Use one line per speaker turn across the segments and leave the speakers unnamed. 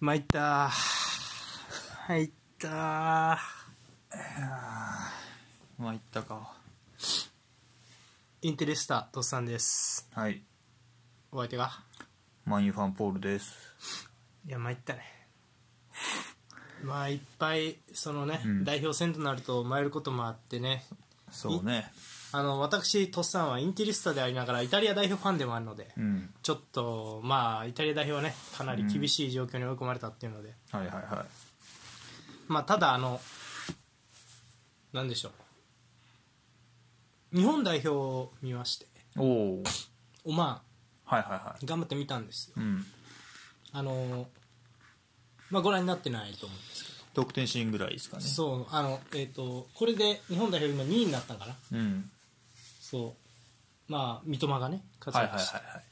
参った入った
まあ言ったか
インテレスタとっさんです
はい
お相手が
マンユファンポールです
いや参ったねまあいっぱいそのね、
うん
代表戦となると参ることもあってね
そうね
あの私とっさんはインテリスタでありながらイタリア代表ファンでもあるので、
うん
ちょっとまあイタリア代表はねかなり厳しい状況に追い込まれたっていうので、
はいはいは
まあただあのなんでしょう日本代表を見まして
いおお
オマ
はいはいは
ーン頑張って見たんですよ
いうん
あのーまあご覧になってないと思うんですけど
得点シーンぐらいですかね
そうあのえっ、とこれで日本代表今2位になったんかな
うん
そうまあ三笘がね活
はいはい
躍
はい
して
はい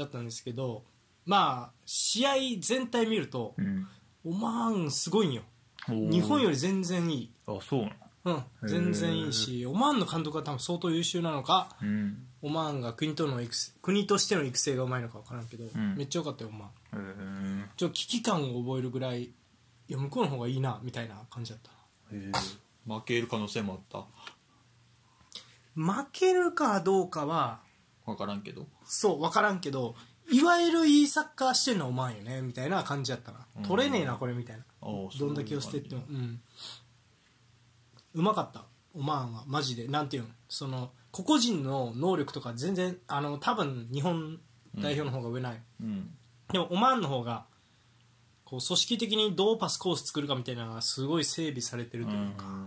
だったんですけどまあ試合全体見ると、
うん
オマーンすごいんよ
おー
日本より全然いい
あそうなの
うん、全然いいしオマーンの監督は多分相当優秀なのか
うん
オマーンが国との育成国としての育成がうまいのか分からんけど、
ん
めっちゃ良かったよオマーン
へー
ちょっと危機感を覚えるぐらいいや向こうの方がいいなみたいな感じだった
へー負ける可能性もあっ
な負けるかどうかは
た分からんけど
そう分からんけどいわゆるいいサッカーしてんのはオマーンよねみたいな感じだったな、
うん
取れねえなこれみたいな
あー
どんだけ寄せてってもうんうまかったオマーンはマジでなんていうんその個々人の能力とか全然あの多分日本代表の方が上ない、
うん
でもオマーンの方がこう組織的にどうパスコース作るかみたいなのがすごい整備されてるというか、
うん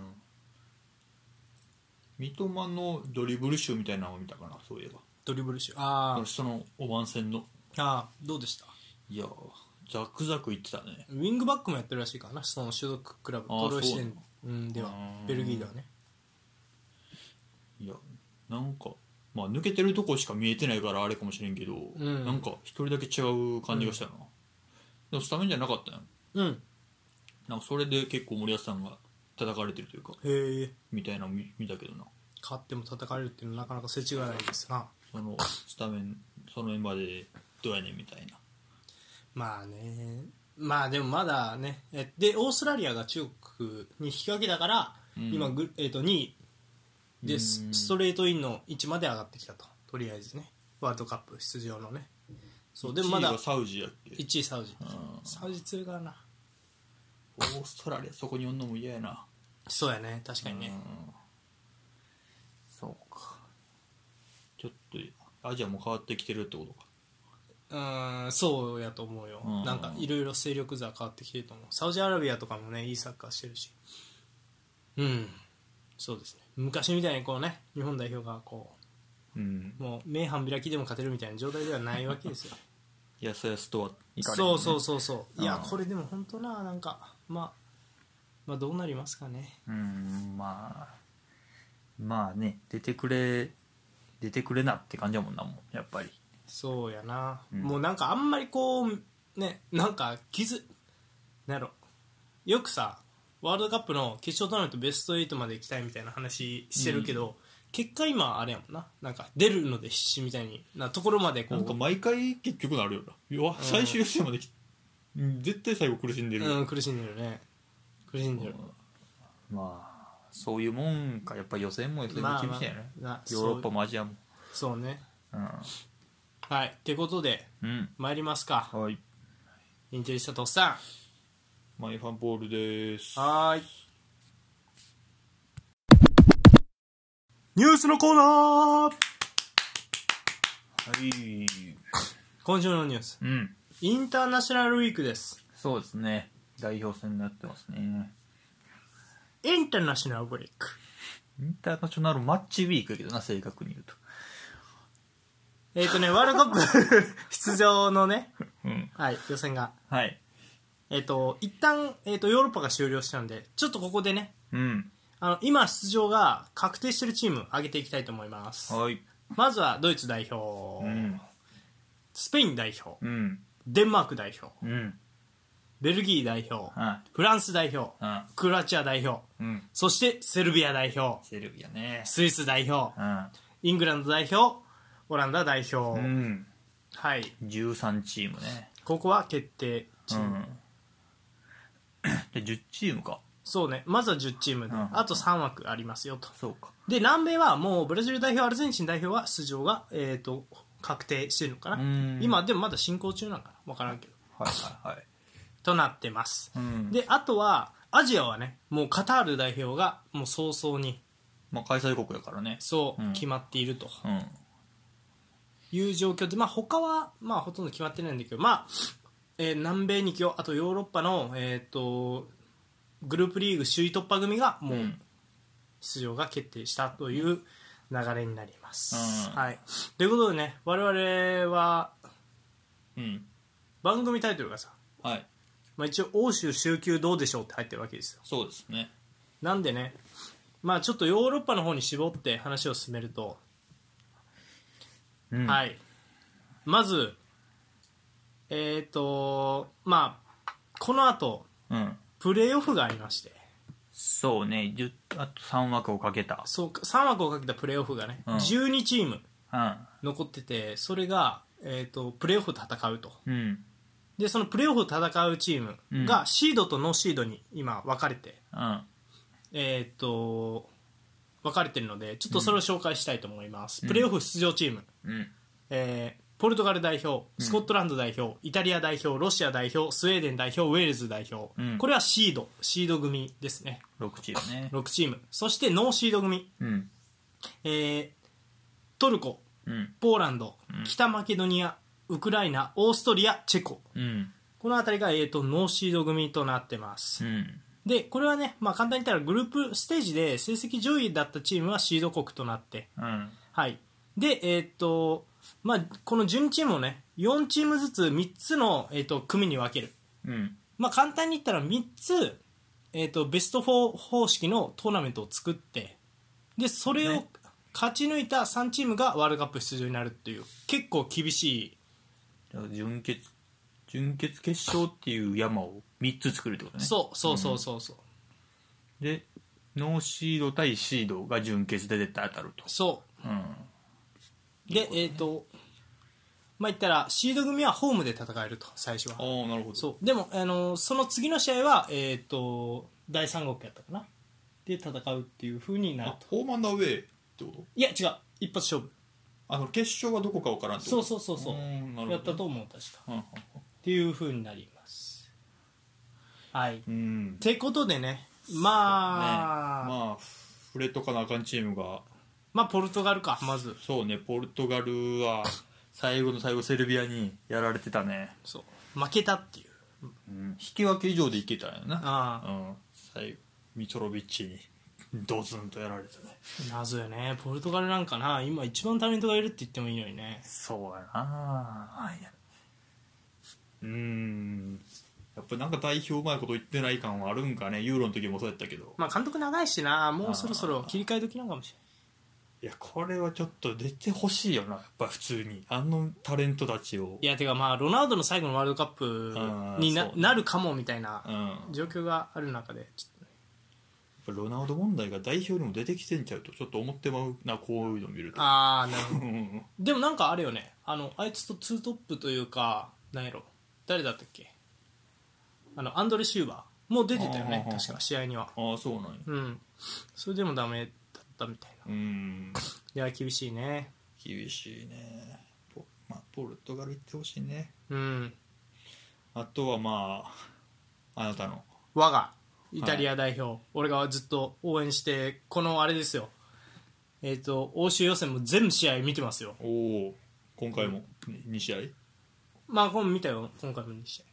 三笘のドリブル集みたいなのを見たかなそういえば
ドリブル集あー
そのおばん戦の
あーどうでした
いやーザクザクいってたね
ウィングバックもやってるらしいからなその所属クラブ
あー
トロイシレン
そう
うんでは
うん
ベルギーではね
いやなんかまあ抜けてるとこしか見えてないからあれかもしれんけど、
ん
なんか一人だけ違う感じがしたよな、でもスタメンじゃなかったよ
うん
なんかそれで結構森保さんが叩かれてるというか
へえ
みたいなの見見たけどな
勝っても叩かれるっていうのはなかなか世知がないですな
そのスタメンそのメンバーでどうやねんみたいな
まあねまあでもまだねえでオーストラリアが中国に引き分けだから、
うん
今ぐ、えー、と2位でス
うん
ストレートインの位置まで上がってきたととりあえずねワールドカップ出場のねそうでもま
1位
だ
がサウジやっけ
1位サウジ
ん
サウジ強いからな
オーストラリアそこにおんのも嫌やな
そうやね確かにね
うんそうかちょっとアジアも変わってきてるってことか
うんそうやと思うよ、
うん
なんかいろいろ勢力図は変わってきてると思うサウジアラビアとかもねいいサッカーしてるしうんそうですね昔みたいにこうね日本代表がこう
うん
もう目半開きでも勝てるみたいな状態ではないわけです よ
やすやすとは行かれへ
そ
んね
うそうそうそういや
うん
これでも本当ななんか、まあ、まあどうなりますかね
うんまあまあね出てくれ出てくれなって感じやもんなもんやっぱり
そうやな、
うん
もうなんかあんまりこうねなんか傷なんやろよくさワールドカップの決勝トーナメントベスト8まで行きたいみたいな話してるけど、結果今あれやもんななんか出るので必死みたいになところまでこ
なんか
う、
毎回結局なるよなよ最終予選までき、うん絶対最後苦しんでるよ、
うん、苦しんでるね苦しんでる、
まあそういうもんかやっぱ予選も予選も
まあ
厳しいよね、
まあな
ヨーロッパもアジアも
そうね
う
はいってことで
ん、
参りますか
うん、はい
インテリスタとっさ
マイファンボールです
んはーいニュースのコーナー
い
今週のニュース
うん
インターナショナルウィークです
そうですね代表戦になってますね
インターナショナルウィーク
インターナショナルマッチウィークやけどな正確に言うと
えっ、とねワールドカッ プ出場のね、
うん
はい、予選が
はい
えっ、と一旦、えー、とヨーロッパが終了したんでちょっとここでね
うん
あの今出場が確定してるチーム上げていきたいと思います
はい
まずはドイツ代表、
うん
スペイン代表
うん
デンマーク代表
うん
ベルギー代表
は
フランス代表
いうん
クロアチア代表
うん
そしてセルビア代表
セルビアね
スイス代表
うん
イングランド代表オランダ代表、
うん
はい
13チームね
ここは決定チーム、
うん、で10チームか
そうねまずは10チームで、
うん
あと3枠ありますよと
そうか
で南米はもうブラジル代表アルゼンチン代表は出場が、えー、と確定してるのかな
うん
今でもまだ進行中なのかな分からんけど
はいはいはい、
となってます、
うん、
であとはアジアはねもうカタール代表がもう早々に
まあ、開催国やからね
そう
うん
決まっていると
うん
いう状況で、まあ他はまあほとんど決まってないんだけど、まあえー南米2強あとヨーロッパの、えー、とグループリーグ首位突破組がもう
うん
出場が決定したという流れになります。
うん
はい、ということでね我々は
うん
番組タイトルがさ、
はい
まあ、一応欧州週休どうでしょうって入ってるわけですよ
そうですね
なんでねまあちょっとヨーロッパの方に絞って話を進めると、
うん
はいいまずえっ、とまあこの後
うん
プレーオフがありまして
そうね10あと3枠をかけた
そうか3枠をかけたプレーオフがね、
うん
12チーム
うん
残っててそれが、えー、とプレーオフ戦うと
うん
でそのプレーオフ戦うチーム
う
がシードとノーシードに今分かれて、
うん
えー、と分かれてるのでちょっとそれを紹介したいと思います、プレーオフ出場チーム、
うん
えーポルトガル代表スコットランド代表、イタリア代表ロシア代表スウェーデン代表ウェールズ代表、
うん
これはシードシード組ですね
6チームね
6チームそしてノーシード組、
うん
えートルコ
うん
ポーランド、北マケドニアウクライナオーストリアチェコ
うん
この辺りが、えー、とノーシード組となってます、
うん
でこれはね、まあ、簡単に言ったらグループステージで成績上位だったチームはシード国となって、
うん
はい、で、えーっとまあ、この準チームをね4チームずつ3つの、えーっと組に分ける、
うん
まあ、簡単に言ったら3つ、えーっとベスト4方式のトーナメントを作ってでそれを
ね
勝ち抜いた3チームがワールドカップ出場になるっていう結構厳しい
じゃあ準決準決決勝っていう山を3つ作るってことね
そうそうそうそうそう、
でノーシード対シードが準決で絶対当たると
そ
うん
うで、えーっとまあ言ったらシード組はホームで戦えると最初は
あなるほど
そうでも、あのその次の試合は、えー、と第三国やったかなで戦うっていう風になると
ホーマンダウェイってこと
いや違う一発勝負
あの決勝はどこかわからんって
そうそうそうそう
うーんなるほど
やったと思う確か
うんうん
っていう風になりますはい、っ
うん
てことでねまあ、
まあ触れとかなあかんチームが
まあポルトガルかまず
そうねポルトガルは最後の最後セルビアにやられてたね、
そう負けたっていう
引き分け以上でいけたんやな
ああ
うん最後ミトロビッチにドズンとやられてね
謎よねポルトガルなんかな今一番タレントがいるって言ってもいいのにね
そうやなうーんやっぱなんか代表うまいこと言ってない感はあるんかねユーロの時もそうやったけど
まあ監督長いしなもうそろそろ切り替え時なのかもしれない
いやこれはちょっと出てほしいよなやっぱ普通にあのタレントたちを
いやてかまあロナウドの最後のワールドカッ
あ
プ
ー
にな,、
そうね
なるかもみたいな
うんやっ
状況がある中でちょっとね
ぱロナウド問題が代表にも出てきてんちゃうとちょっと思ってまうなこういうの見ると
ああなるほ
う
ど
んうん
でもなんかあれよねあのあいつとツートップというかなんやろ誰だったっけあのアンドレ・シューバーもう出てたよね
あー
確か試合には
うんああそうなんや
うんそれでもダメだったみたいな
うん
いや厳しいね
厳しいねポ,、まあ、ポルトガル行ってほしいね
うん
あとはまああなたの
我がイタリア代表、俺がずっと応援してこのあれですよえっ、と欧州予選も全部試合見てますよ
おお今回も2試合
まあ、これ見たよ、今回も2試合。い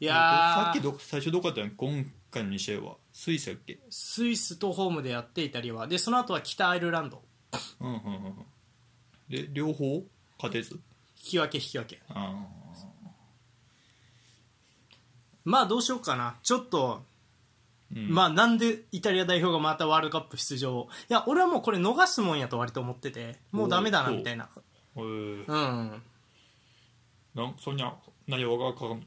い
や
さっき
ー、
ど最初どこやったん今回の2試合はスイスやっけ
スイスとホームでやって、イタリアは。で、その後は北アイルランド。
うんうんうんうんで両方勝てず
引き分け、引き分け。
あ
まあ、どうしようかな。ちょっと、
ーうん
まあ、なんでイタリア代表がまたワールドカップ出場をいや、俺はもうこれ逃すもんやと割と思ってて、もうダメだな、
おう
みたいな。
えー
うん。
なんそんにゃ内容がかかん、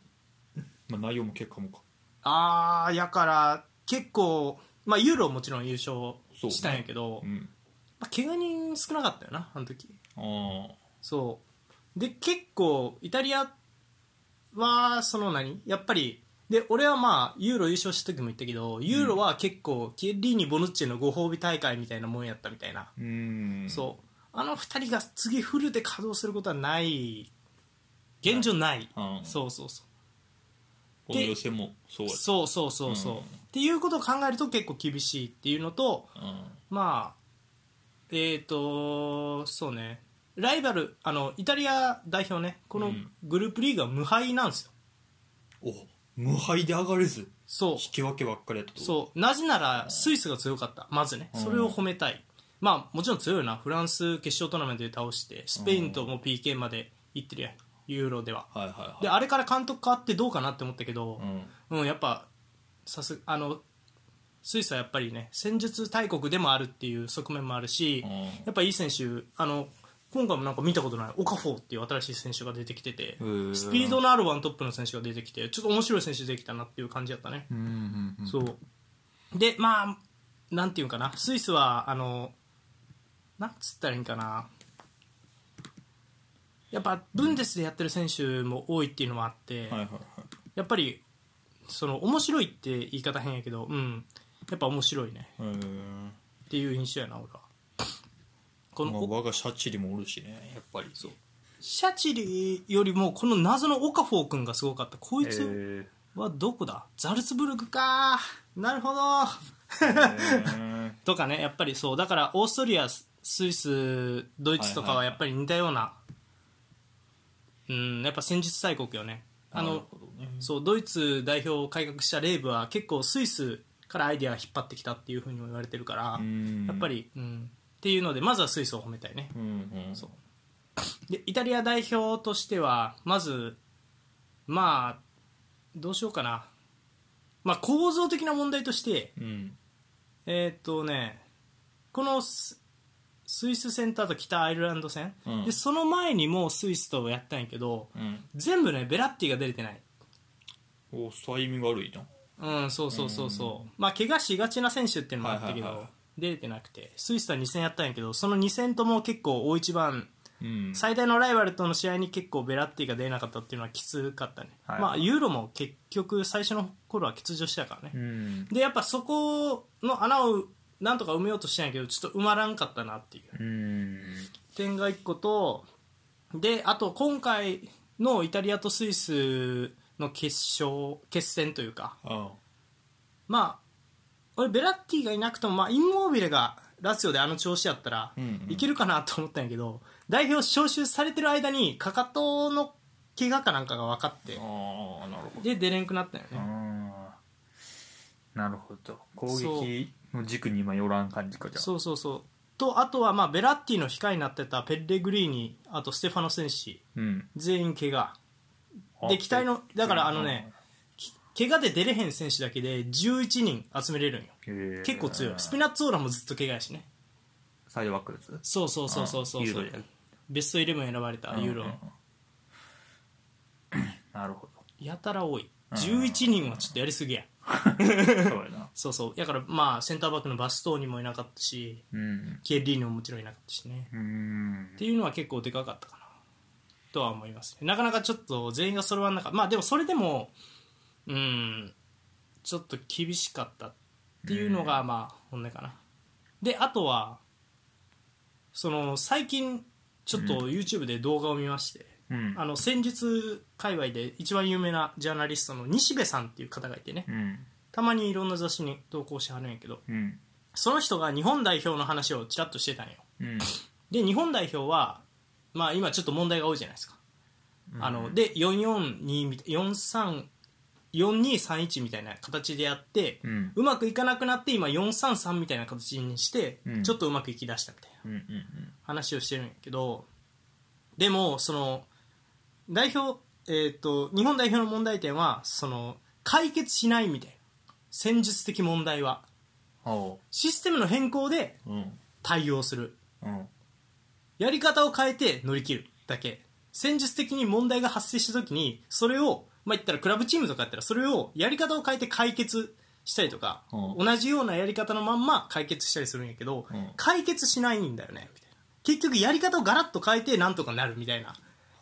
まあ、内容も結果もか
あー、やから、結構、まあ、ユーロもちろん優勝したんやけど、
うん
まあ、怪我人少なかったよな、あの時。
ああ
そうで結構イタリアはその何やっぱりで俺はまあユーロ優勝した時も言ったけどユーロは結構キエリーニ・ボヌッチェのご褒美大会みたいなもんやったみたいな、
うん
そうあの2人が次フルで稼働することはない現状ない、
うん
そうそうそう
この予選もそうや
そうそうそうそう、
うん
っていうことを考えると結構厳しいっていうのと
う
まあえっ、とそうねライバルあのイタリア代表ねこ
う
の
ん
グループリーグは無敗なんですよ、
んお無敗で上がれず
そう
引き分けばっかりやったと
そうなぜならスイスが強かったまずね
うん
それを褒めたい、まあもちろん強いよなフランス決勝トーナメントで倒してスペインとも PK まで行ってるやんユーロでは
はいはい
で
はい
あれから監督変わってどうかなって思ったけど、
うん
うん、やっぱさすあのスイスはやっぱりね戦術大国でもあるっていう側面もあるし、
うん
やっぱいい選手あの今回もなんか見たことないオカフォーっていう新しい選手が出てきてて
ー
スピードのあるワントップの選手が出てきてちょっと面白い選手できたなっていう感じだったね、
うんうんうん
そうでまあなんていうかなスイスはあのなんつったらいいんかなやっぱブンデスでやってる選手も多いっていうのもあって、
はいはいはい
やっぱりその面白いって言い方変やけど、うん、やっぱ面白いね
えー
っていう印象やな俺はこ
ま
の、
あ
お
我がシャチリもおるしねやっぱりそう
シャチリよりもこの謎のオカフォー君がすごかったこいつ
え
はどこだ、ザルツブルクかなるほど
ー
とかねやっぱりそうだからオーストリアススイスドイツとかはやっぱり似たような、うんやっぱ戦術大国よねあ
な
の
るほどね
そうドイツ代表を改革したレーブは結構スイスからアイデアを引っ張ってきたっていうふうにも言われてるから、
うん
やっぱり、うん、っていうのでまずはスイスを褒めたいね
うんうん
そうでイタリア代表としてはまずまあどうしようかな、まあ、構造的な問題として
うん
えーっとねこのススイス戦とあと北アイルランド戦、
うん
でその前にもうスイスとやったんやけど
うん
全部ねベラッティが出れてない
おタイミング悪いな
うん、そうそうそうそう、まあ怪我しがちな選手っていうのもあったけど、
はいはいはい
出れてなくてスイスとは2戦やったんやけどその2戦とも結構大一番
うん
最大のライバルとの試合に結構ベラッティが出なかったっていうのはきつかったね、
はい
まあユーロも結局最初の頃は欠場してたからね、
うん
でやっぱそこの穴をなんとか埋めようとしたんやけどちょっと埋まらんかったなっていう
うん
点が1個とであと今回のイタリアとスイスの決勝決戦というか
あ
まあ、俺、ベラッティがいなくても、まあ、インモービルがラツィオであの調子やったら
うんうん
いけるかなと思ったんやけど、代表招集されてる間にかかとの怪我かなんかが分かって
あああなるほど
で出れんくなったよね
あーなるほど攻
そう
撃の軸に今よらん感じかじゃあ
そうそうそうとあとは、まあ、ベラッティの控えになってたペッレグリーニあとステファノ選手
うん
全員怪我
あ
で期待のだからあのねき怪我で出れへん選手だけで11人集めれるんよ
へー
結構強いスピナッツオーラもずっと怪我やしね
サイドバックです
そうそうそうそうそう
ユー
そ
ロ
う
でやる
ベストイレブン選ばれたユーロ、
うんうんうんなるほ
やたら多い11人はちょっとやりすぎや
どそうやな
そうそうだからまあセンターバックのバストーニもいなかったし
うん
ケリーニももちろんいなかったしね
うーん
っていうのは結構でかかったかなとは思いますねなかなかちょっと全員が揃わんなかったまあでもそれでもうんちょっと厳しかったっていうのがまあ本音かなであとはその最近ちょっと YouTube で動画を見まして、
うん
あの戦術界隈で一番有名なジャーナリストの西部さんっていう方がいてね
うん
たまにいろんな雑誌に投稿してはるんやけど
うん
その人が日本代表の話をちらっとしてたんよ
うん
で日本代表は、まあ、今ちょっと問題が多いじゃないですか、あので442みたい43 4231みたいな形でやって、
う
うんまくいかなくなって今433みたいな形にして、
うん
ちょっとうまくいきだしたみたいな
うんうん
話をしてるんやけどでもその代表、えー、と日本代表の問題点はその解決しないみたいな戦術的問題は
お
システムの変更で
ううん
対応する
うん
やり方を変えて乗り切るだけ戦術的に問題が発生した時にそれをまあ言ったらクラブチームとかやったらそれをやり方を変えて解決したりとか、
うん
同じようなやり方のまんま解決したりするんやけど、
うん
解決しないんだよねみたいな結局やり方をガラッと変えてなんとかなるみたいな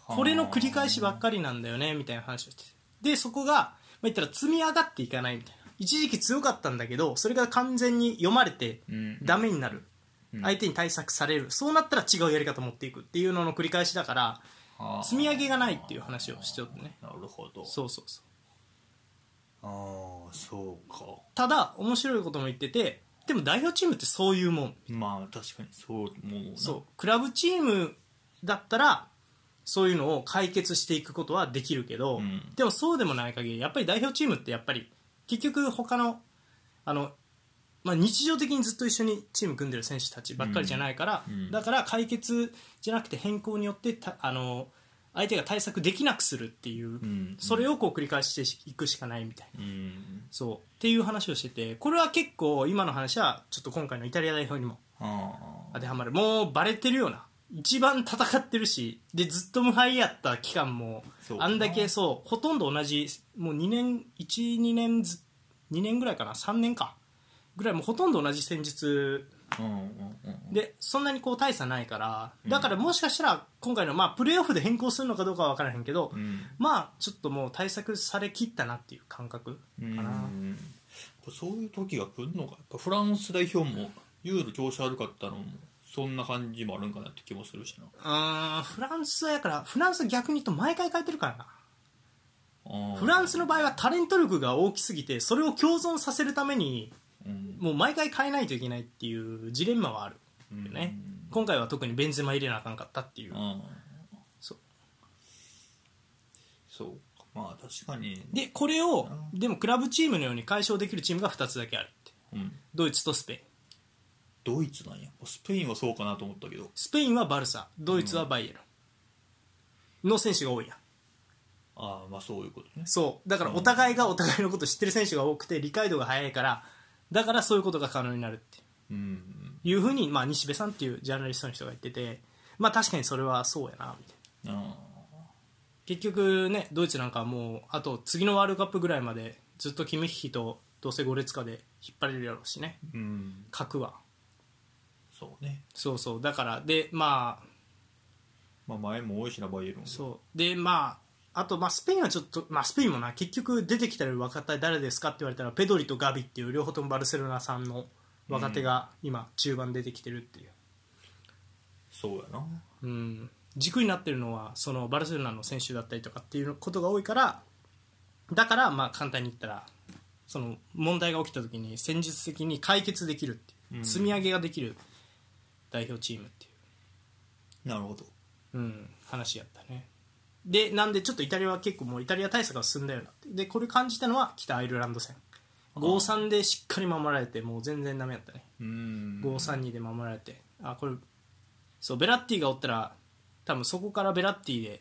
これの繰り返しばっかりなんだよねみたいな話をしててでそこが、まあ、言ったら積み上がっていかないみたいな一時期強かったんだけどそれが完全に読まれて
うん
ダメになる、
うん
相手に対策されるそうなったら違うやり方を持っていくっていうのの繰り返しだから
あー
積み上げがないっていう話をしておってね
なるほど
そうそうそう
ああそうか
ただ面白いことも言っててでも代表チームってそういうもん
まあ確かにそうもうな
そうクラブチームだったらそういうのを解決していくことはできるけど、
うん
でもそうでもない限りやっぱり代表チームってやっぱり結局他のあの、まあ、日常的にずっと一緒にチーム組んでる選手たちばっかりじゃないから、
うんうん
だから解決じゃなくて変更によってたあの相手が対策できなくするっていう、
うん
それをこう繰り返していくしかないみたいな。
うん
そうっていう話をしててこれは結構今の話はちょっと今回のイタリア代表にも
あ
当てはまるもうバレてるような一番戦ってるしでずっと無敗やった期間も
そう
あんだけそうほとんど同じもう2年12年ず2年ぐらいかな3年かぐらいもうほとんど同じ戦術
あうんうんうん
でそんなにこう大差ないからだからもしかしたら今回のまあプレーオフで変更するのかどうかは分からへんけど、
うん
まあちょっともう対策されきったなっていう感覚かな。
うんそういう時が来るのかやっぱフランス代表もユーロ調子悪かったのもそんな感じもあるんかなって気もするしな
うーんフランスはやからフランスは逆に言うと毎回変えてるからな
あー
フランスの場合はタレント力が大きすぎてそれを共存させるために
うん
もう毎回変えないといけないっていうジレンマはあるよね、今回は特にベンゼマ入れなあかんかったっていう、
うん
そう
そうかまあ確かに
でこれをでもクラブチームのように解消できるチームが2つだけあるって
うん
ドイツとスペイン
ドイツなんやスペインはそうかなと思ったけど
スペインはバルサドイツはバイエルンの選手が多いやん
ああまあそういうことね
そうだからお互いがお互いのこと知ってる選手が多くて理解度が早いからだからそういうことが可能になるって
うん
いうふうに、まあ、西部さんっていうジャーナリストの人が言ってて、まあ、確かにそれはそうやなみたいな
あ
結局ねドイツなんかはもうあと次のワールドカップぐらいまでずっとキミッヒとどうせゴレツカで引っ張れるやろうしね
ーうん
核は
そうね
そうそうだからでまあ
まあ前も多いしなバイエルンは
そうでまああと、まあ、スペインはちょっと、まあ、スペインもな結局出てきたら若手誰ですかって言われたらペドリとガビっていう両方ともバルセロナさんの若手が今中盤出てきてるっていう、
そうやな
うん、軸になってるのはそのバルセロナの選手だったりとかっていうことが多いからだからまあ簡単に言ったらその問題が起きた時に戦術的に解決できるっていう、
うん
積み上げができる代表チームってい
なるほど
う、うん、話やったねでなんでちょっとイタリアは結構もうイタリア対策が進んだよなってでこれ感じたのは北アイルランド戦5-3でしっかり守られてもう全然ダメだったね
うん
532で守られてあこれそうベラッティがおったら多分そこからベラッティで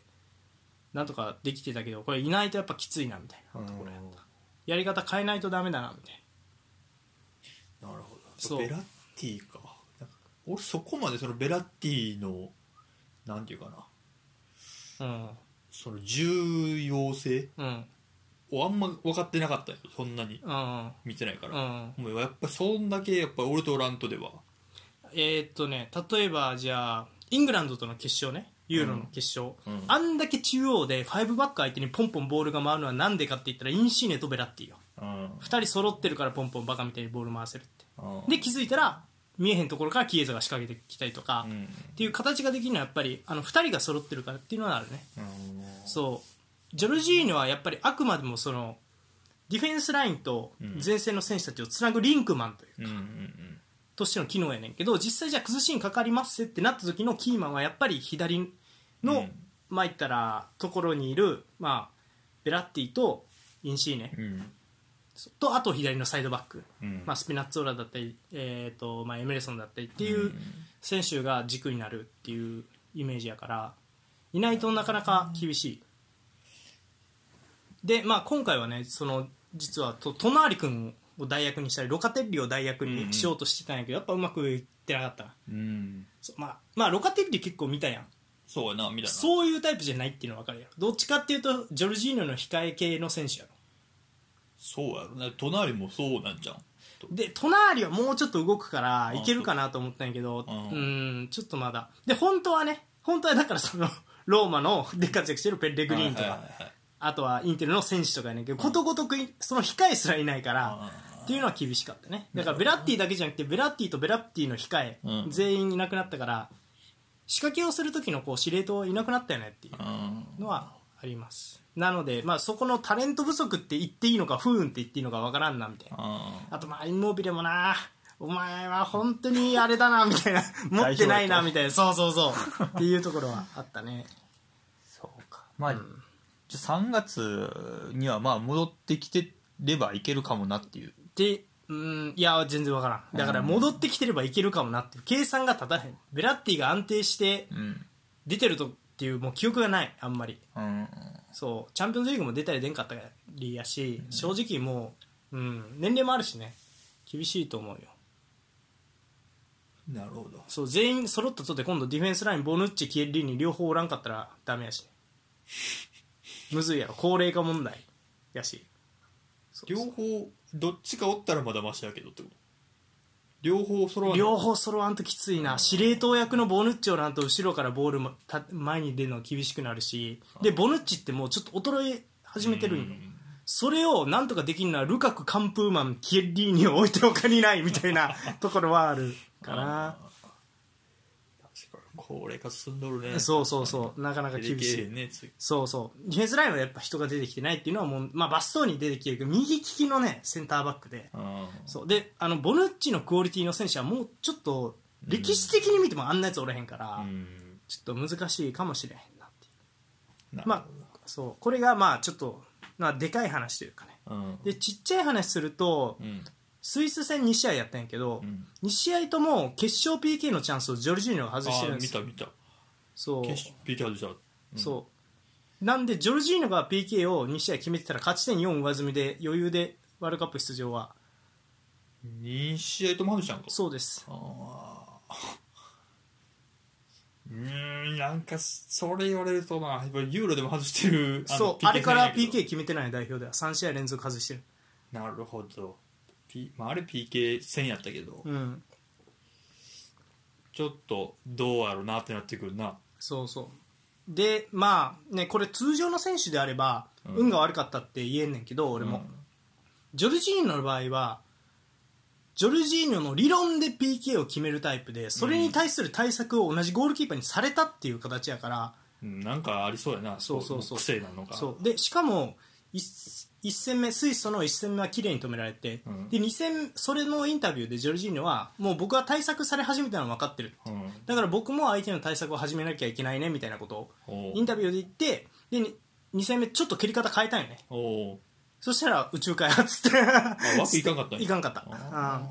なんとかできてたけどこれいないとやっぱきついなみたいなところやったやり方変えないとダメだなみたい
なるほど
そう
ベラッティかなんか俺そこまでそのベラッティのなんていうかな
な
その重要性
うんうん
をあんま分かってなかったよそんなに
うん
見てないか
う
ら、
ん
もうやっぱそんだけやっぱ俺とラントでは
えーっとね例えばじゃあイングランドとの決勝ねユーロの決勝、
うん
あんだけ中央で5バック相手にポンポンボールが回るのはなんでかって言ったらインシーネとベラッティよ
うん
2人揃ってるからポンポンバカみたいにボール回せるって
うん
で気づいたら見えへんところからキエザが仕掛けてきたりとか、
うんうん
っていう形ができるのはやっぱりあの2人が揃ってるからっていうのはあるねそうジョルジーニョはやっぱりあくまでもそのディフェンスラインと前線の選手たちをつなぐリンクマンという、
うんうんうん
としての機能やねんけど実際じゃあ崩しにかかりますってなった時のキーマンはやっぱり左の、
うん
まあ言ったらところにいる、まあ、ベラッティとインシーネ
うん
とあと左のサイドバック、
うん
まあ、スピナッツオーラだったり、えーとまあ、エメルソンだったりっていううん選手が軸になるっていうイメージやからいないとなかなか厳しいで、まあ、今回はねその実はと隣君を代役にしたりロカテッリを代役にしようとしてたんやけどやっぱうまくいってなかった
うん
そうまあ、まあロカテッリ結構見たやん
そうやなみたいな
そういうタイプじゃないっていうのは分かるやんどっちかっていうとジョルジーノの控え系の選手やろ
そうやろな隣もそうなんじゃん
で隣はもうちょっと動くから
あ
いけるかなと思ったんやけどう
うん
んちょっとまだで本当はね本当はだからその ローマので活躍してるペッレグリーンとか、
はいはいはいはい
あとはインテルの選手とかやねんけどことごとくいその控えすらいないからっていうのは厳しかったねだからベラッティだけじゃなくてベラッティとベラッティの控え、
うん
全員いなくなったから仕掛けをする時のこう司令塔いなくなったよねっていう
うん
のはありますなので、まあ、そこのタレント不足って言っていいのか不運って言っていいのかわからんなみたいな
あ
あとまあインモビレもなお前は本当にあれだなみ たいな持ってないなみたいなそうそうそうっていうところはあったね
そうかまあ、じゃあ3月にはまあ戻ってきてればいけるかもなっていう
でうんいや全然わからんだから戻ってきてればいけるかもなっていう計算が立たへんベラッティが安定して
うん
出てるとっていうもう記憶がないあんまり
うん
そうチャンピオンズリーグも出たり出んかったりやし正直もう、うん、年齢もあるしね厳しいと思うよ
なるほど
そう全員揃ったとて今度ディフェンスラインボヌッチキエリーニ両方おらんかったらダメやしねむずいやろ高齢化問題やしそう
両方どっちかおったらまだマシやけどってこと両方揃わない
両方揃わんときついな司令塔役のボヌッチをなんと後ろからボールもた前に出るの厳しくなるしでボヌッチってもうちょっと衰え始めてるんよそれをなんとかできるのはルカク、カンプーマン、キエリーニを置いて他にないみたいなところは あるかな
確かに高齢化進んどるねう
そうそうそうなかなか厳しい
ねつい
そうそうディフェンスラインはやっぱ人が出てきてないっていうのはもう、まあ、バストーに出てきてるけど右利きのねセンターバックで
あ
そうであのボヌッチのクオリティの選手はもうちょっと歴史的に見てもあんなやつおらへんから、
あうん
ちょっと難しいかもしれへんなっていう
なる
まあそうこれがまあちょっと、まあ、でかい話というかね
ほどうん
でちっちゃい話すると
うん
スイス戦2試合やったんやけど、
うん
2試合とも決勝 PK のチャンスをジョルジーニョが
あ
外してるん
ー
で
見
す
た
よ
見た
そう
決勝 PK 外したうん
そうなんでジョルジーノが PK を2試合決めてたら勝ち点4上積みで余裕でワールドカップ出場は
2試合とも外したんか
そうです
あーうー んなんかそれ言われるとなやっぱユーロでも外してるの
そう
PK
あれから
戦や
PK
けど
決めてない代表では3試合連続外してる
なるほど、P まあ、あれ PK 戦やったけど、
うん
ちょっとどうやろうなってなってくるな
そうそうでまあねこれ通常の選手であれば、
ん
運が悪かったって言えんねんけど俺も、ジョルジーノの場合はジョルジーノの理論で PK を決めるタイプでそれに対する対策を同じゴールキーパーにされたっていう形やから、
うんなんかありそうやな
そうそうそう
癖なのか
そうでしかも 1, 戦目スイスとの1戦目は綺麗に止められて、
うん
で2戦それのインタビューでジョルジーニョはもう僕は対策され始めたの分かってる
うん、
だから僕も相手の対策を始めなきゃいけないねみたいなことを
おう
インタビューで言ってでに2戦目ちょっと蹴り方変えたんよね
おう
そしたら宇宙開発って
あ枠いかんかった んや
いかんかったうん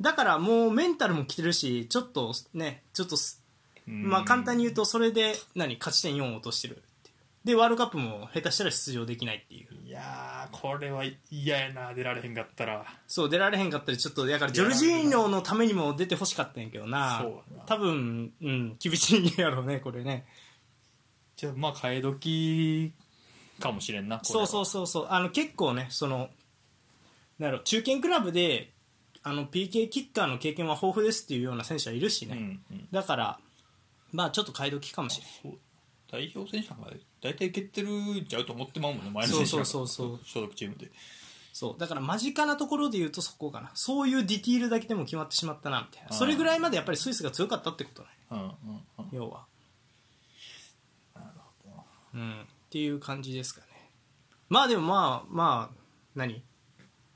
だからもうメンタルも来てるしちょっとねちょっとす
うん
まあ簡単に言うとそれで何勝ち点4を落としてるっていうでワールドカップも下手したら出場できないっていう
いやーこれは嫌やな出られへんかったら
そう出られへんかったりちょっとだからジョルジーノのためにも出てほしかったんやけどな
そうやな
多分、うん、厳しいんやろうねこれね
じゃあまあ替え時かもしれんなこれ
そう
は
そうそうそうあの結構ねそのなんやろ中堅クラブであの PK キッカーの経験は豊富ですっていうような選手はいるしね、
うんうん
だからまあちょっと買い時かもしれない
そう代表選手なんか大体いけてるんちゃうと思ってまうもんね前の選手なんか
そうそうそうそう
所属チームで
そうだから間近なところで言うとそこかなそういうディティールだけでも決まってしまったなみたいな
うん
それぐらいまでやっぱりスイスが強かったってことね
うんうんうん
要はうん、っていう感じですかねまあでもまあまあ何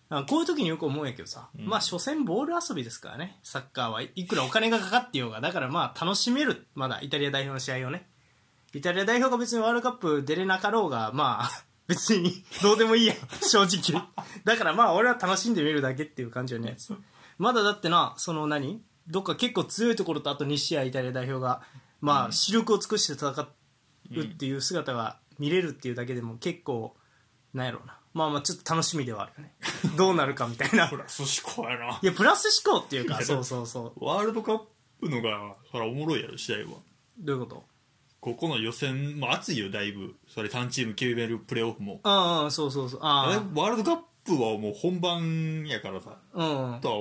あこういう時によく思うんやけどさ、
ん
まあ所詮ボール遊びですからねサッカーはいいくらお金がかかってようがだからまあ楽しめるまだイタリア代表の試合をねイタリア代表が別にワールドカップ出れなかろうがまあ 別にどうでもいいや 正直だからまあ俺は楽しんでみるだけっていう感じよねまだだってなその何どっか結構強いところとあと2試合イタリア代表がまあ視力を尽くして戦っうっていう姿が見れるっていうだけでも結構なんやろうなまあまあちょっと楽しみではあるよねどうなるかみたいな
プラス思考やない
やプラス思考っていうかそうそうそう
ワールドカップのがそらおもろいやろ試合は
どういうこ
ここの予選も熱いよだいぶそれ3チーム決めるプレーオフも
とああそうそうそうあ
ワールドカップはもう本番やからさ
あうん
とは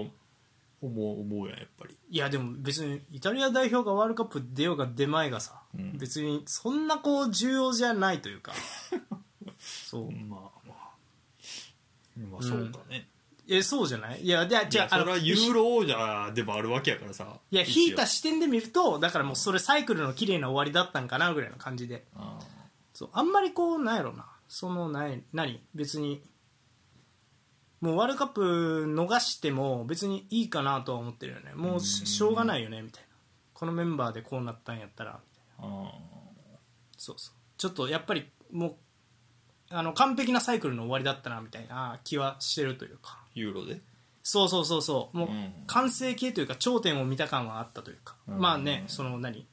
思う思うやんやっぱり
いやでも別にイタリア代表がワールドカップ出ようが出まいがさ、
うん
別にそんなこう重要じゃないという かそう
まあまあまあそうかね、
えそうじゃないいやじゃあ
じ
じゃ
ゃあ
あ
それは
の
ユーロ王者でもあるわけやからさ
いや
一応
引いた視点で見るとだからもうそれサイクルの綺麗な終わりだったんかなぐらいの感じで
あー
そうあんまりこうなんやろなそのない何別にもうワールドカップ逃しても別にいいかなとは思ってるよねもうし
うん
しょうがないよねみたいなこのメンバーでこうなったんやったら
あ
そうそうちょっとやっぱりもうあの完璧なサイクルの終わりだったなみたいな気はしてるというか
ーユーロで
そうそうそうそうもう
うん
完成形というか頂点を見た感はあったというか、
うん
まあねその何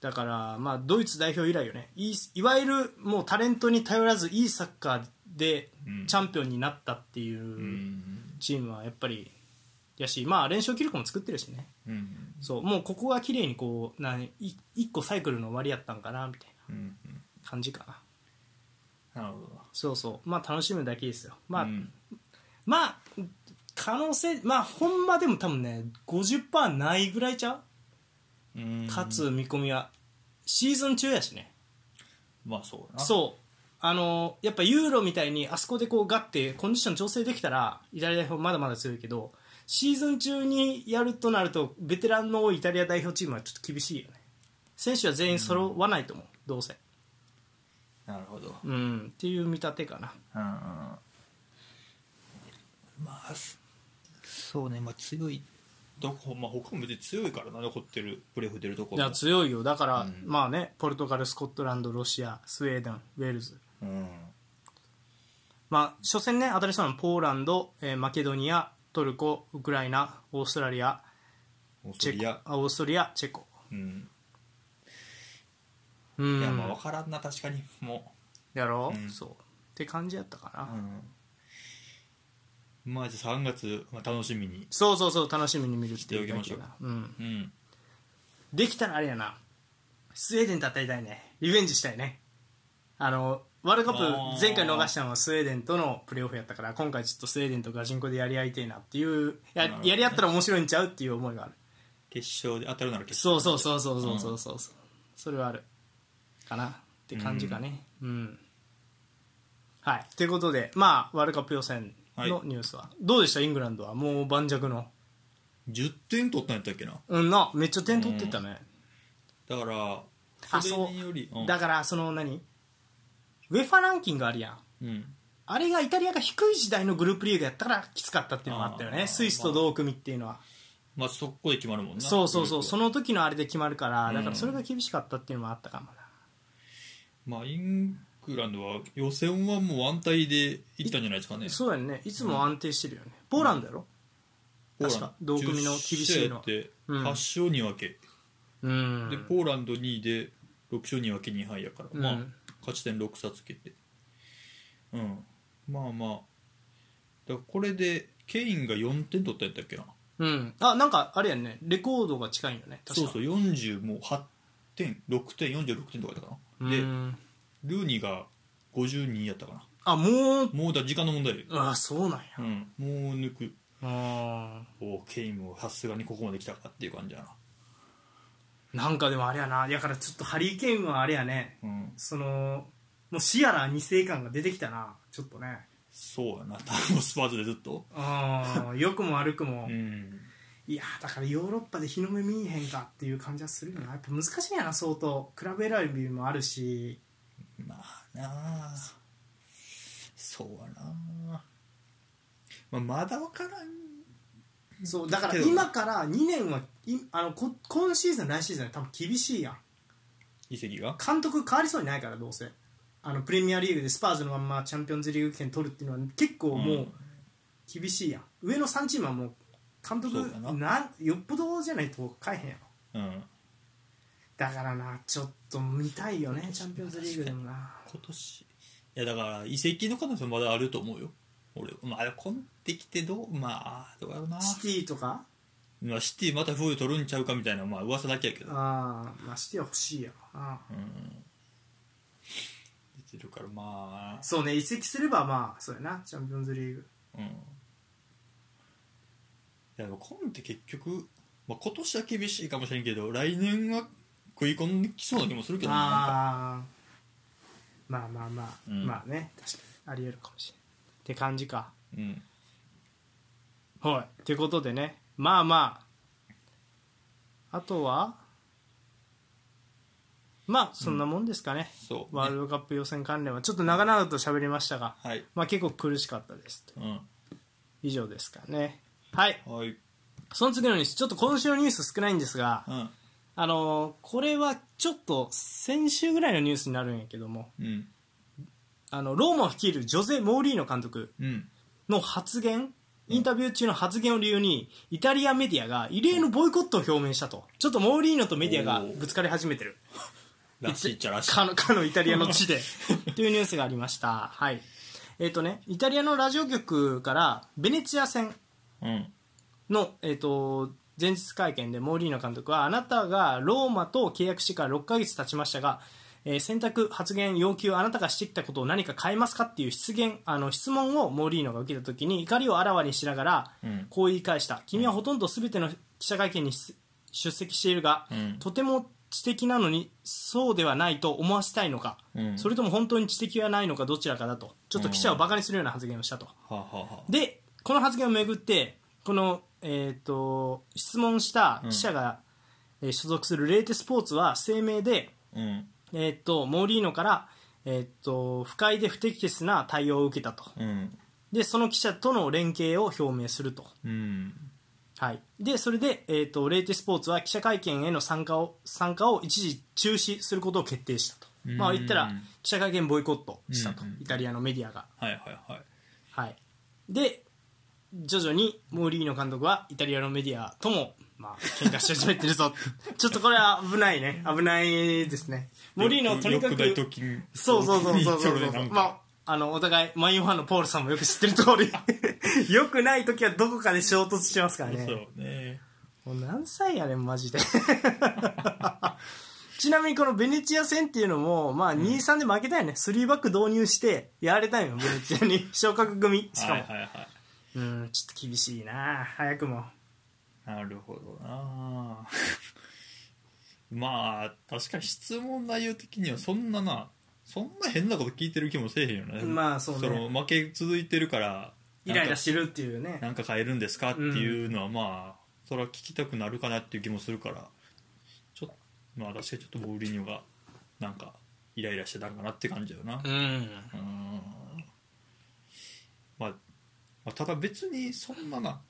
だからまあドイツ代表以来よねいいいわゆるもうタレントに頼らずいいサッカーで
うん
チャンピオンになったっていううんチームはやっぱりやしまあ連勝記録も作ってるしね
うん
そうもうここが綺麗にこう何い一個サイクルの終わりやったんかなみたいな
うん
感じかな
なるほどな
そうそうまあ楽しむだけですよまあ、
うん
まあ可能性まあほんまでも多分ね50%ないぐらいちゃ
うん
う勝つ見込みはシーズン中やしね
まあそうだな
そうあのやっぱユーロみたいにあそこでこうガッてコンディション調整できたらイタリア代表まだまだ強いけどシーズン中にやるとなるとベテランの多いイタリア代表チームはちょっと厳しいよね選手は全員揃わないと思う、どうせ
なるほど
うんっていう見立てかな
うんうんまあすそうねまあ強いどこまあ他も別に強いからな残ってるプレーフ出るとこ
い
ろ
や
も
強いよだから、
うん
まあねポルトガルスコットランドロシアスウェーデンウェールズ
うん
まあ初戦ね当たりそうなのポーランド、えーマケドニアトルコウクライナオーストラリア
オース
チ
ト
ェ
リ
コ
ア
あオーストリアチェコ
うん
う
い
ん
やまあ分からんな確かにも
やろう、
うん
そうって感じやったかな
う、うんまあじゃあ3月、まあ、楽しみに
そうそうそう楽しみに見るっていうだ
し
け
ておきま
な、うん、
うん
できたらあれやなスウェーデンと当たりたいねリベンジしたいねあのワールドカッ
あー
プ前回逃したのはスウェーデンとのプレーオフやったから今回ちょっとスウェーデンとガチンコでやり合いたいなっていうや
なるほどね
やり合ったら面白いんちゃうっていう思いがある
決勝で当たるなら決勝
そうそうそうそうそうそうそう、それはあるかなって感じかねうん、はいということでまあワールドカップ予選のニュースは、どうでしたイングランドはもう盤石の
10点取ったんやったっけな
うんなめっちゃ点取ってったね、
だから
あ
そ
そう
れによりん
だからその何ウェファランキングあるやん
うん
あれがイタリアが低い時代のグループリーグやったからきつかったっていうのもあったよ
あ
ね
ー
スイスと同組っていうのは、
まあそこで決まるもんな
そうそうそう
グループは
その時のあれで決まるから
うん
だからそれが厳しかったっていうのもあったかもな、
まあ、イングランドは予選はもう安泰でいったんじゃないですかね。
そうやんねいつも安定してるよね、ポーランドやろ、
ポーラン
確か同組の厳しいのは
10試合やって
うん
8勝2分け、
うん
でポーランド2位で6勝2分け2敗やから、
うん
まあ、勝ち点6差つけて、うん、まあまあだからこれでケインが4点取ったんやったっけな
うん、あなんかあれやんねレコードが近いよね確
そ
か
うそう48点6点46点とかやったかなで
うん
ルーニーが52やったかな
あもう
もうだ時間の問題よ、
あそうなんや
うん、もう抜く
あ
おケインもさすがにここまで来たかっていう感じやな
ーなんかでもあれやなだからちょっとハリー・ケインはあれやね
うん
そのもうシアラ2世感が出てきたなちょっとね
そうやな タイムスパーズでずっと
あ ー良くも悪くも、
うん
いやーだからヨーロッパで日の目見えへんかっていう感じはするよなやっぱ難しいんやな相当比べ選びもあるし
まあなあそうやなあ、まあ、まだ分からん
そうだから
けど
今から2年はいあのこ今シーズン来シーズンは多分厳しいやん
遺跡が
監督変わりそうにないからどうせあのプレミアリーグでスパーズのまんまチャンピオンズリーグ権取るっていうのは結構もう厳しいやん、上の3チームはもう監督
そうだな
なんよっぽどじゃないと変えへんやろ
うん、うん、
だからなちょっと見たいよねチャンピオンズリーグでもな
今年いやだから遺跡の可能性まだあると思うよ俺まあ混んできてどうまあどうやろうな
シティとか
まあシティまた冬取るんちゃうかみたいなまあ噂だけやけど
ああまあシティは欲しいやろな
うん出てるからまあ
そうね移籍すればまあそうやなチャンピオンズリーグ
うんやでも今って結局、まあ、今年は厳しいかもしれんけど来年は食い込んできそうな気もするけどななんか
ああまあまあまあ、
うん
まあね確かにありえるかもしれないって感じか
うん
はいってことでねまあまああとはまあそんなもんですかね、
そう、
ワールドカップ予選関連はちょっと長々と喋りましたが、
はい
まあ、結構苦しかったです
う
以上ですかねはい
んはい
その次のニュースちょっと今週のニュース少ないんですが
うん
あのーこれはちょっと先週ぐらいのニュースになるんやけども
うん
あのローマを率いるジョゼ・モーリーノ監督
うん
の発言インタビュー中の発言を理由にイタリアメディアが異例のボイコットを表明したとちょっとモーリーノとメディアがぶつかり始めてる
らしいっちゃらしい
かのかのイタリアの地でというニュースがありましたはいえっ、とねイタリアのラジオ局からベネチア戦
うん
の、えー、と前日会見でモーリーノ監督はあなたがローマと契約してから6ヶ月経ちましたが、えー選択、発言、要求あなたがしてきたことを何か変えますかっていう質言あの質問をモーリーノが受けた時に怒りをあらわにしながら
うん
こう言い返した、君はほとんど全ての記者会見に出出席しているが、
うん
とても知的なのにそうではないと思わせたいのか、
うん
それとも本当に知的はないのかどちらかだとちょっと記者をバカにするような発言をしたと。
はあ、はあはあ、
でこの発言をめぐってこの、えー、と質問した記者が、えー所属するレーテスポーツは声明で、
うん
えー、とモーリーノから、えー、と不快で不適切な対応を受けたと
うん
でその記者との連携を表明すると、
うん
はい、でそれで、えー、とレーテスポーツは記者会見への参加を参加を一時中止することを決定したと、
うん
まあ、言ったら記者会見ボイコットしたと、
うん
イタリアのメディアが。
はいはいはい
はい、で徐々にモーリーノ監督はイタリアのメディアとも、まあ、喧嘩し始めてる ぞちょっとこれは危ないね危ないですねモーリーノとにかく
よ大時に
そうそうそうそうそう
ち
そ
ょろ
う
いなんか
まああのお互いマインファンのポールさんもよく知ってる通 りよくない時はどこかで衝突しますからね
そうね
もう何歳やねんマジで ちなみにこのベネチア戦っていうのも、まあ、2-3で負けたよね、3バック導入してやられたんよベネチア に昇格組しかも、
はいはいは
うんちょっと厳しいな早くも
いなるほどな まあ確かに質問内容的にはそんななそんな変なこと聞いてる気もせえへんよね
まあそうね
の負け続いてるから
イライラしてるっていうね
なんか変えるんですかっていうのはまあそれは聞きたくなるかなっていう気もするからちょっとまあ確かにちょっとボーリーニョがなんかイライラしてたんかなって感じだよな
うん
うーんまあ、まあただ別にそんなな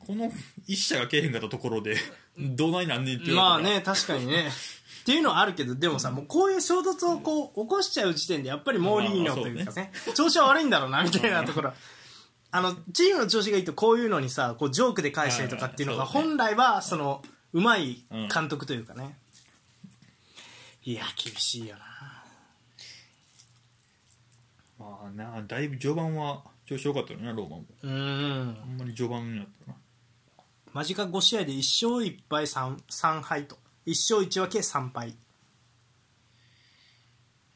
この一社がけえへんかったところでどうないなんねんっていうの
ま
は
あね確かにねっていうのはあるけどでもさもうこういう衝突をこう起こしちゃう時点でやっぱりモーリーノというかね調子は悪いんだろうなみたいなところあのチームの調子がいいとこういうのにさこうジョークで返したりとかっていうのが
はいはい
本来はそのうまい監督というかねいや厳しいよな
まあなだいぶ序盤は調子良かったよねローマも
うん
あんまり序盤やったな
間近5試合で1勝1敗 3, 3敗と1勝1分け3敗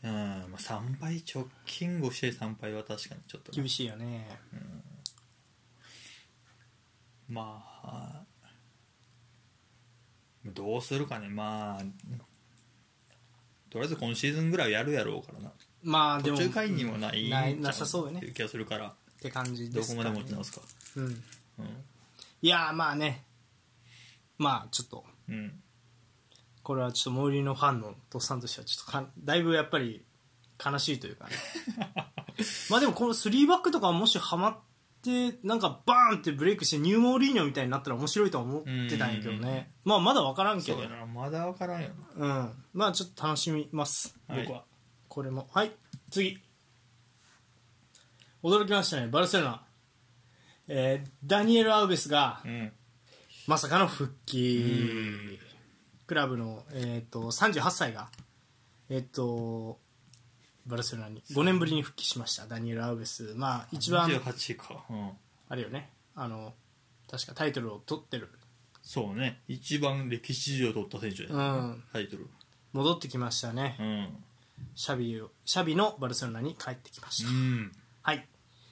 うん、まあ、3敗直近5試合3敗は確かにちょっとな
厳しいよね
まあどうするかねまあとりあえず今シーズンぐらいはやるやろうからな
まあで
途
も
中介入はないんちゃ
ないなさそうよね
っていう気がするから
って感じ
ど
で
こ
す
ま
か
で
ね
持ち直すか
うん
うん
いやーまあねまあちょっと
うん
これはちょっとモーリーのファンのとっさんとしてはちょっとかだいぶやっぱり悲しいというか ねまあでもこの3バックとかもしハマってなんかバーンってブレイクしてニューモーリーニョみたいになったら面白いとは思ってたんやけど
うんうんうん
ねまあまだ分からんけ
そう
ど
やなまだ分からんよな
うんまあちょっと楽しみます、
はい
僕はこれもはい次驚きましたねバルセロナ、えーダニエル・アウベスが
うん
まさかの復帰クラブの、えー、と38歳がえっ、とバルセロナに5年ぶりに復帰しましたダニエル・アウベスまあ一番
28かうん
あれよねあの確かタイトルを取ってる
そうね一番歴史上取った選手
う
や
ん
タイトル
戻ってきましたね
うん
シャビをシャビのバルセロナに帰ってきました
うん
はい。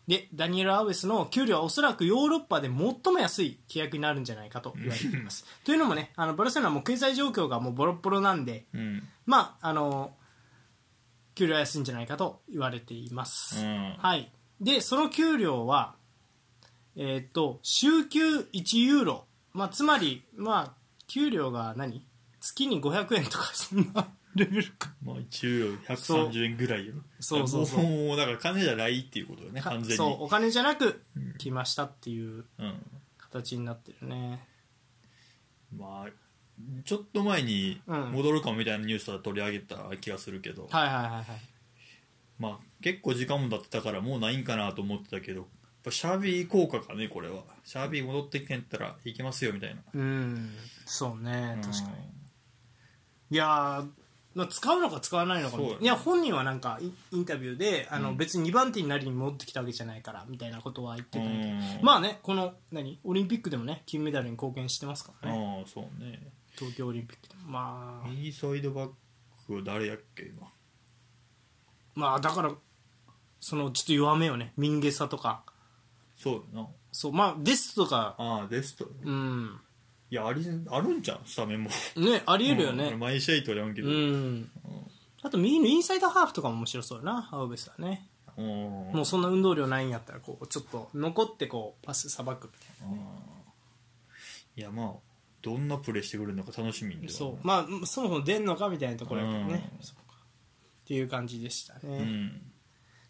でダニエル・アウェスの給料はおそらくヨーロッパで最も安い契約になるんじゃないかと言われています。というのもねあのバルセロナはもう経済状況がもうボロッボロなんで、
うん
まああの給料は安いんじゃないかと言われています。
うん
はい、でその給料は、えーっと週休1ユーロ、まあ、つまり、まあ、給料が何月に500円とかそんなレベルか
まあ1ユーロ130円ぐらいよ
そうそうそう
もうだから金じゃないっていうことよね完全に
そうお金じゃなく来ましたっていう
うん
形になってるね
まあちょっと前に
うん
戻るかもみたいなニュースは取り上げた気がするけど、
はいはいはいはい
まあ結構時間も経ってたからもうないんかなと思ってたけどやっぱシャービー効果かねこれはシャービー戻ってきてんやったら行きますよみたいな
うんそうね確かに、
うん
いやーまあ、使うのか使わないのかみたい
そうだ
な
ね
いや本人はなんかインインタビューであの、
うん
別に2番手になりに戻ってきたわけじゃないからみたいなことは言ってたんで、
うん
まあねこの何オリンピックでもね金メダルに貢献してますからね
ああそうね
東京オリンピックでもまあ
右サイドバックは誰やっけ今
まあだからそのちょっと弱めよねミンゲサとか
そうやな
そうまあデスとか
ああデスト
うん
いやありあるんじゃんスタメンも
ねありえるよ
うん
ね
毎試合取れんけ
う
ど、
ん、あと右のインサイドハーフとかも面白そうよなハウベスはね
うん
もうそんな運動量ないんやったらこうちょっと残ってこうパスさばくみたいな
うんいやまあどんなプレーしてくれるのか楽しみでは
そうまあそもそも出んのかみたいなところやけどね、
うん
そうかっていう感じでしたね、
うん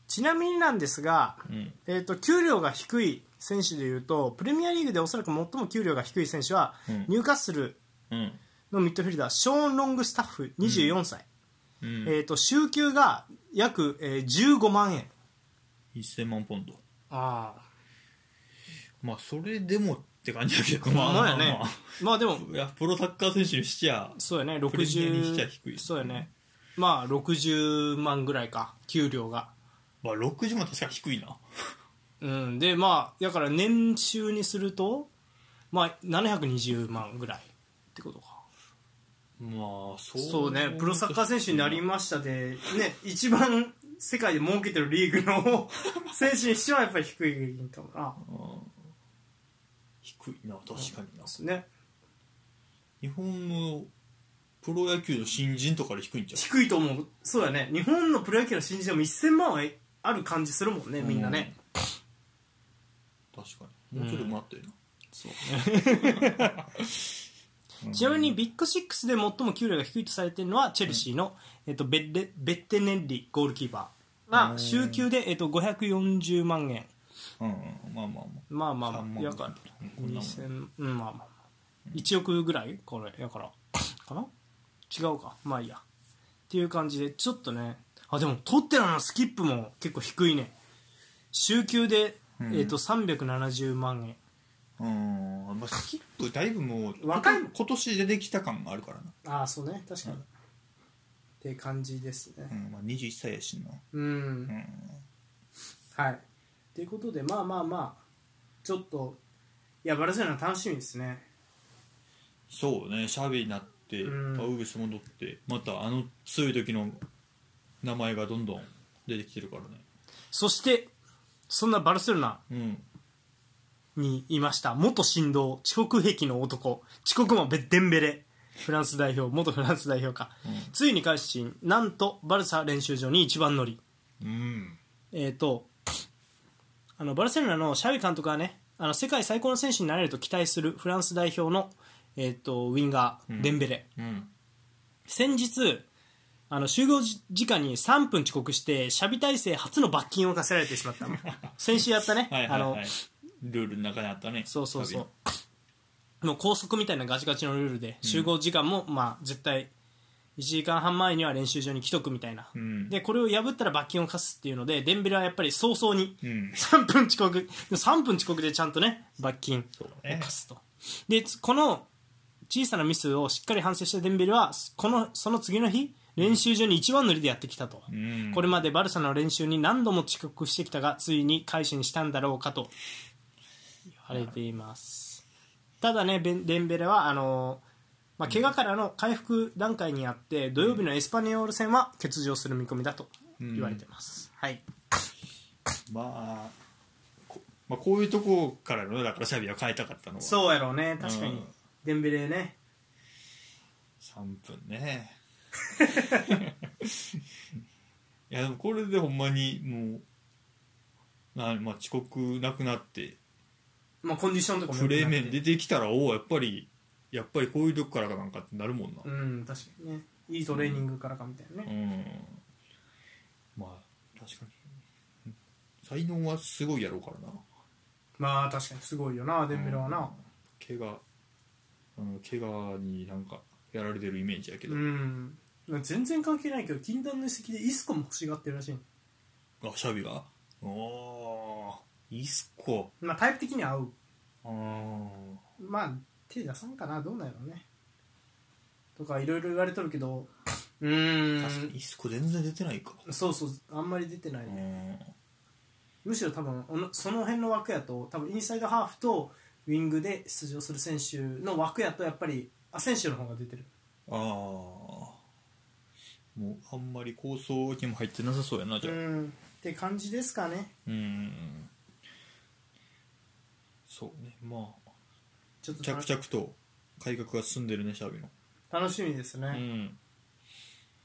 ちなみになんですが、
うん
えー、と給料が低い選手でいうとプレミアリーグでおそらく最も給料が低い選手は、
うん
ニューカッスル
うん
のミッドフィルダーショーン・ロングスタッフ24歳、
うん
えー、と週給が約、えー15万円
1000万ポンド
ああ
まあそれでもって感じだけど
まあまあや
ま
ねまあでも
あいやプロサッカー選手にしちゃ
そうやね
プレミアにしちゃ
60
低い
そうやねまあ60万ぐらいか給料が
まあ60万確かに低いな
うんでまあだから年収にするとまあ720万ぐらいってことか
まあそう
そうねプロサッカー選手になりましたでね一番世界で儲けてるリーグ の選手にしてはやっぱり低いんだもんな
うん低いな確かにな
ね
日本のプロ野球の新人とかで低いんちゃう
低いと思うそうだね日本のプロ野球の新人でも1000万はある感じするもんねみんなね、
うん確かにもうちょっと待ってよな、そう
ちなみにビッグシックスで最も給料が低いとされているのはチェルシーの、えっと、ベッレベッテネッリゴールキーパー
う
が
ん
週給で、えっと、540万円
うん、うん、まあまあ
まあ
まあ
まあま
3万
あやから
こんなもん
2000うんまあまあ1億ぐらいこれやから かな違うかまあいいやっていう感じでちょっとねあでも取ってるのスキップも結構低いね週給で、
うん
えっと、370万円
うん、まあ、スキップだいぶもう
若い
今年出てきた感があるからな、
ああそうね確かに、
うん
って感じですね
うんまあ、21歳やしな、
うん
うん、
はい。ということで、まあまあまあ、ちょっと、いや、バルセロナ楽しみですね。
そうねシャビになって、
うん
まあウグス戻ってまたあの強い時の名前がどんどん出てきてるからね
そして、そんなバルセロナ
うん
にいました、元神童、遅刻癖の男、遅刻もベッデンベレ、フランス代表、元フランス代表か。
うん
ついに改心、なんと、バルサ練習場に一番乗り。
うん
えー、とあのバルセロナのシャビ監督はねあの世界最高の選手になれると期待するフランス代表の、えー、とウィンガ
うん
ー、デンベレ、
うん
先日あの集合時時間に3分遅刻してシャビ体制初の罰金を課せられてしまった 先週やったね
はいは
あ
い
の
はいルールの中にあったね
そうそうそうもう高速みたいなガチガチのルールで集合時間も、まあ、絶対1時間半前には練習場に来とくみたいな、
ん
でこれを破ったら罰金を課すっていうのでデンベレはやっぱり早々に
シャビうん
3分遅刻3分遅刻でちゃんとね罰金
そう
を
ね
課すとでつこの小さなミスをしっかり反省したデンベルはこのその次の日練習場に一番乗りでやってきたと、
うん
これまでバルサの練習に何度も遅刻してきたがついに改心したんだろうかと言われていますただねベンデンベレはあのーまあ、怪我からの回復段階にあって土曜日のエスパニオール戦は欠場する見込みだと言われてます、はい
まあまあ、こういうとこからのだからシャビは変えたかったのは
そうやろうね確かに、
うん
デンベレね
3分ね いやでもこれでほんまにもうなまあ、遅刻なくなって
まあコンディションとかも良
プ
くなっ
レ
て
ー面出てきたらおおやっぱりやっぱりこういうとこからかなんかってなるもんな
うん確かにねいいトレーニングからかみたいな
う
ね、
んまあ確かに才能はすごいやろうからな
まあ確かにすごいよなデンベレはな
怪我うん怪我になんかやられてるイメージやけ
う
ど、
ん、全然関係ないけど禁断の遺跡でイスコも欲しがってるらしい
あシャビがおーイスコ
まあタイプ的には合う
あー
まあ手出さんかなどうなんやろうねとかいろいろ言われとるけどう
確か
ー
にイスコ全然出てないか、
んそうそうあんまり出てないうね、
ん、
むしろ多分おのその辺の枠やと多分インサイドハーフとウィングで出場する選手の枠やとやっぱりアセンシオの方が出てる
ああもうあんまり構想にも入ってなさそうやなじ
う
ゃあ
んって感じですかね
うんそうねまあ
ちょっと
着
楽
々と改革が進んでるねシャビの
楽しみですね、
う
っ
ん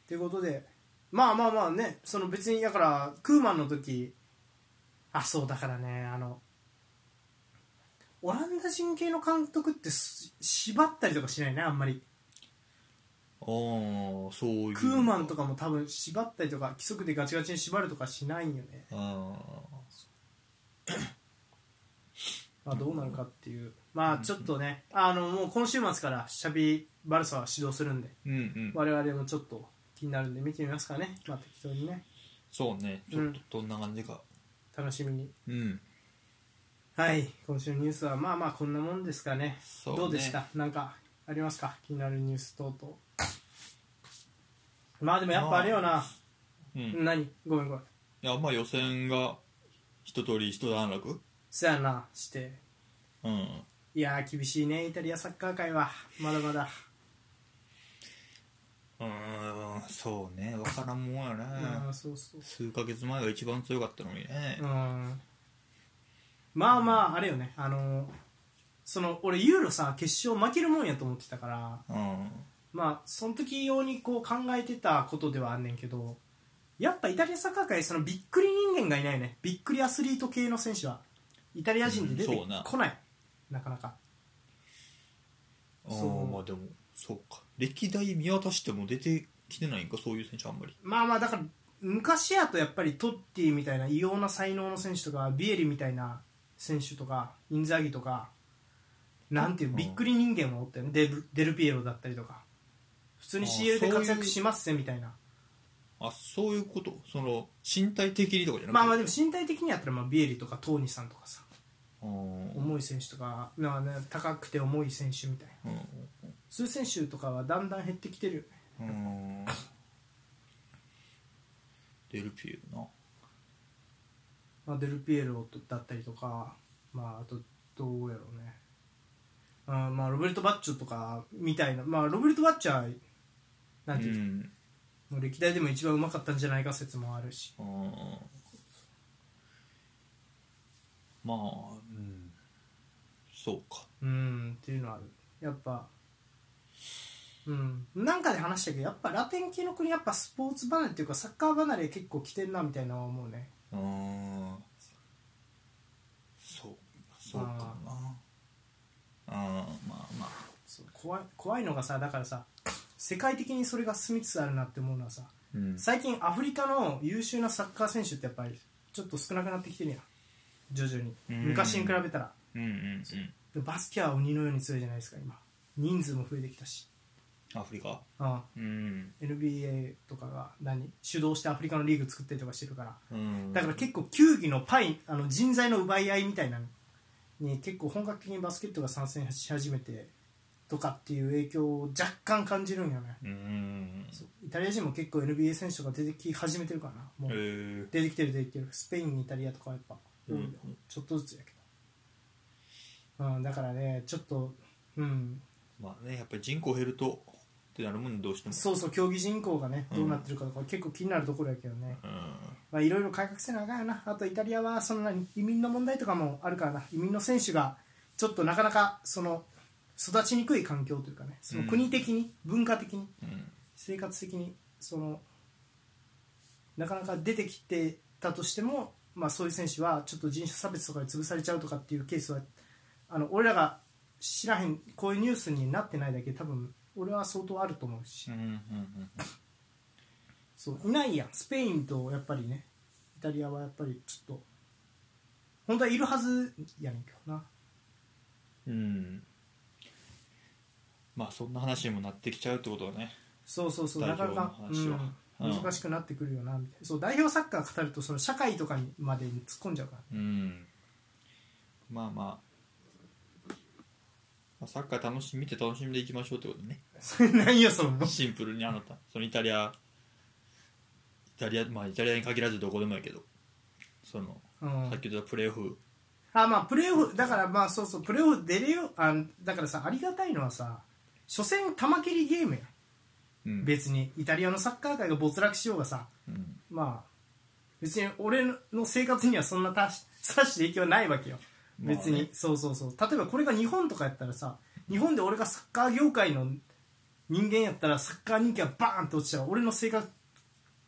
ていうことでまあまあまあねその別にだからクーマンの時あそうだからねあのオランダ人系の監督ってす縛ったりとかしないねあんまり
ああそういう
クーマンとかも多分縛ったりとか規則でガチガチに縛るとかしないんよね
あ
まあ、どうなるかっていう、まあちょっとね、あのもう今週末からシャビ・バルサは指導するんで、
ーうんうん
我々もちょっと気になるんで、見てみますかね、まあ、適当にね、
そうねちょっとどんな感じか
楽しみに。
うん、
はい、今週のニュースは、まあまあ、こんなもんですかね、
そうね
どうでした、なんかありますか、気になるニュース等々。まあでもやっぱあれよな、
うんい
何、ごめんごめん、
やまあ予選が一通り一段落
そやな、して、
うん
いやー、厳しいね、イタリアサッカー界は、まだまだ。
うーんそうね分からんもんやね
ああそうそう
数ヶ月前が一番強かったのにね
うんまあまああれよねあのその俺ユーロさ決勝負けるもんやと思ってたから
うん
まあその時用にこう考えてたことではあんねんけどやっぱイタリアサッカー界そのびっくり人間がいないよねびっくりアスリート系の選手はイタリア人で出て
うんそうな
こない、なかなかそ
そううまあでもそうか歴代見渡しても出てきてないんかそういう選手あんまり
まあまあだから昔やとやっぱりトッティみたいな異様な才能の選手とかビエリみたいな選手とかインザーギとかなんていう
うん
びっくり人間もおったよねデルデルピエロだったりとか普通に
ああ
CL で活
そうい
躍
う
しますぜみたいな
あそういうことその身体的にとかじゃなくて
まあまあでも身体的にやったらまあビエリとかトーニさんとかさ
うん
重い選手とかなあね高くて重い選手みたいな
うん
そういう選手とかはだんだん減ってきてるよね
うんデルピエロな
まあ、デルピエロだったりとか、まあ、あとどうやろうねあーまあ、ロベルト・バッチョとかみたいな、まあ、ロベルト・バッチョはなんていうう、
ん
もう歴代でも一番うまかったんじゃないか説もあるし
うんまあうんそうか
うんっていうのはあるやっぱうんなんかで話したけどやっぱラテン系の国やっぱスポーツ離れっていうかサッカー離れ結構来てんなみたいなのは思うね
うんそうそうかなあーまあまあ
そう怖い怖いのがさだからさ世界的にそれが進みつつあるなって思うのはさ
うん
最近アフリカの優秀なサッカー選手ってやっぱりちょっと少なくなってきてるやん徐々に
うん
昔に比べたら
うんうんうん
でバスケは鬼のように強いじゃないですか今人数も増えてきたし、
アフリカ
うん、
うん、
NBA とかが何主導してアフリカのリーグ作ったりとかしてるから
うん、
だから結構球技のパイあの人材の奪い合いみたいなのに結構本格的にバスケットが参戦し始めてとかっていう影響を若干感じるんよね
うん
そうイタリア人も結構 NBA 選手とか出てき始めてるからなもう
へえ
出てきてる出てきてるスペインにイタリアとかはやっぱ多いよ、
うん
ちょっとずつやけど、うん、だからねちょっとうん
まあねやっぱり人口減るとってなるもんねどうしても
そうそう競技人口がね
うん
どうなってるかとか結構気になるところやけどね、
うん
まあいろいろ改革せなあかんよなあとイタリアはそんなに移民の問題とかもあるからな移民の選手がちょっとなかなかその育ちにくい環境というかねその国的に、文化的に
うん
生活的にそのなかなか出てきてたとしても、まあ、そういう選手はちょっと人種差別とかで潰されちゃうとかっていうケースはあの俺らが知らへんこういうニュースになってないだけで多分俺は相当あると思うし、
うんうん
そういないやんスペインとやっぱりねイタリアはやっぱりちょっと本当はいるはずやねんけどな
うんうんまあそんな話にもなってきちゃうってことはね
そうそうそう
代
な
表
かなか、
の
う
話は
ん
うん
難しくなってくるよなみたいなそう代表サッカー語るとその社会とかにまで突っ込んじゃうから
うんまあまあまあサッカー楽しみ見て楽しんでいきましょうってことね
それ 何よその
シンプルにあなたそのイタリアイタリアまあイタリアに限らずどこでもやけどその、
うん
さっき言ったプレーオフ
あまあプレーオフだからまあそうそうプレーオフ出れよあだからさありがたいのはさ初戦玉蹴りゲームや
うん
別にイタリアのサッカー界が没落しようがさ
うん
まあ別に俺の生活にはそんなたし差し影響ないわけよ
まあね
別に、そうそうそう例えばこれが日本とかやったらさ日本で俺がサッカー業界の人間やったらサッカー人気がバーンって落ちちゃう俺の生活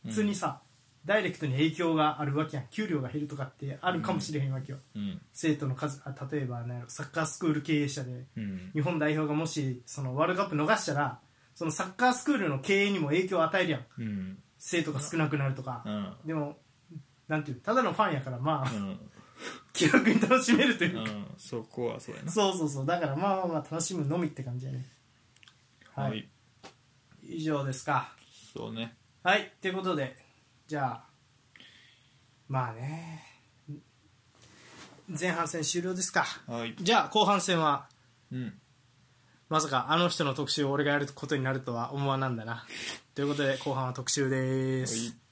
にさ、ダイレクトに影響があるわけやん給料が減るとかってあるかもしれへんわけよ、
うん
生徒の数あ例えばなんやろサッカースクール経営者で
うん
日本代表がもしそのワールドカップ逃したらそのサッカースクールの経営にも影響を与えるやん
うん
生徒が少なくなるとか
う、ん
でもなんていうのただのファンやからまあ、
うん
気楽に楽しめるという
う
か、
んそこはそうやな
そうそうそうだからまあまあまあ楽しむのみって感じやねはい、
はい
以上ですか
そうね
はいということでじゃあまあね前半戦終了ですか
はい
じゃあ後半戦は
うん
まさかあの人の特集を俺がやることになるとは思わなんだなということで後半は特集で
はい
す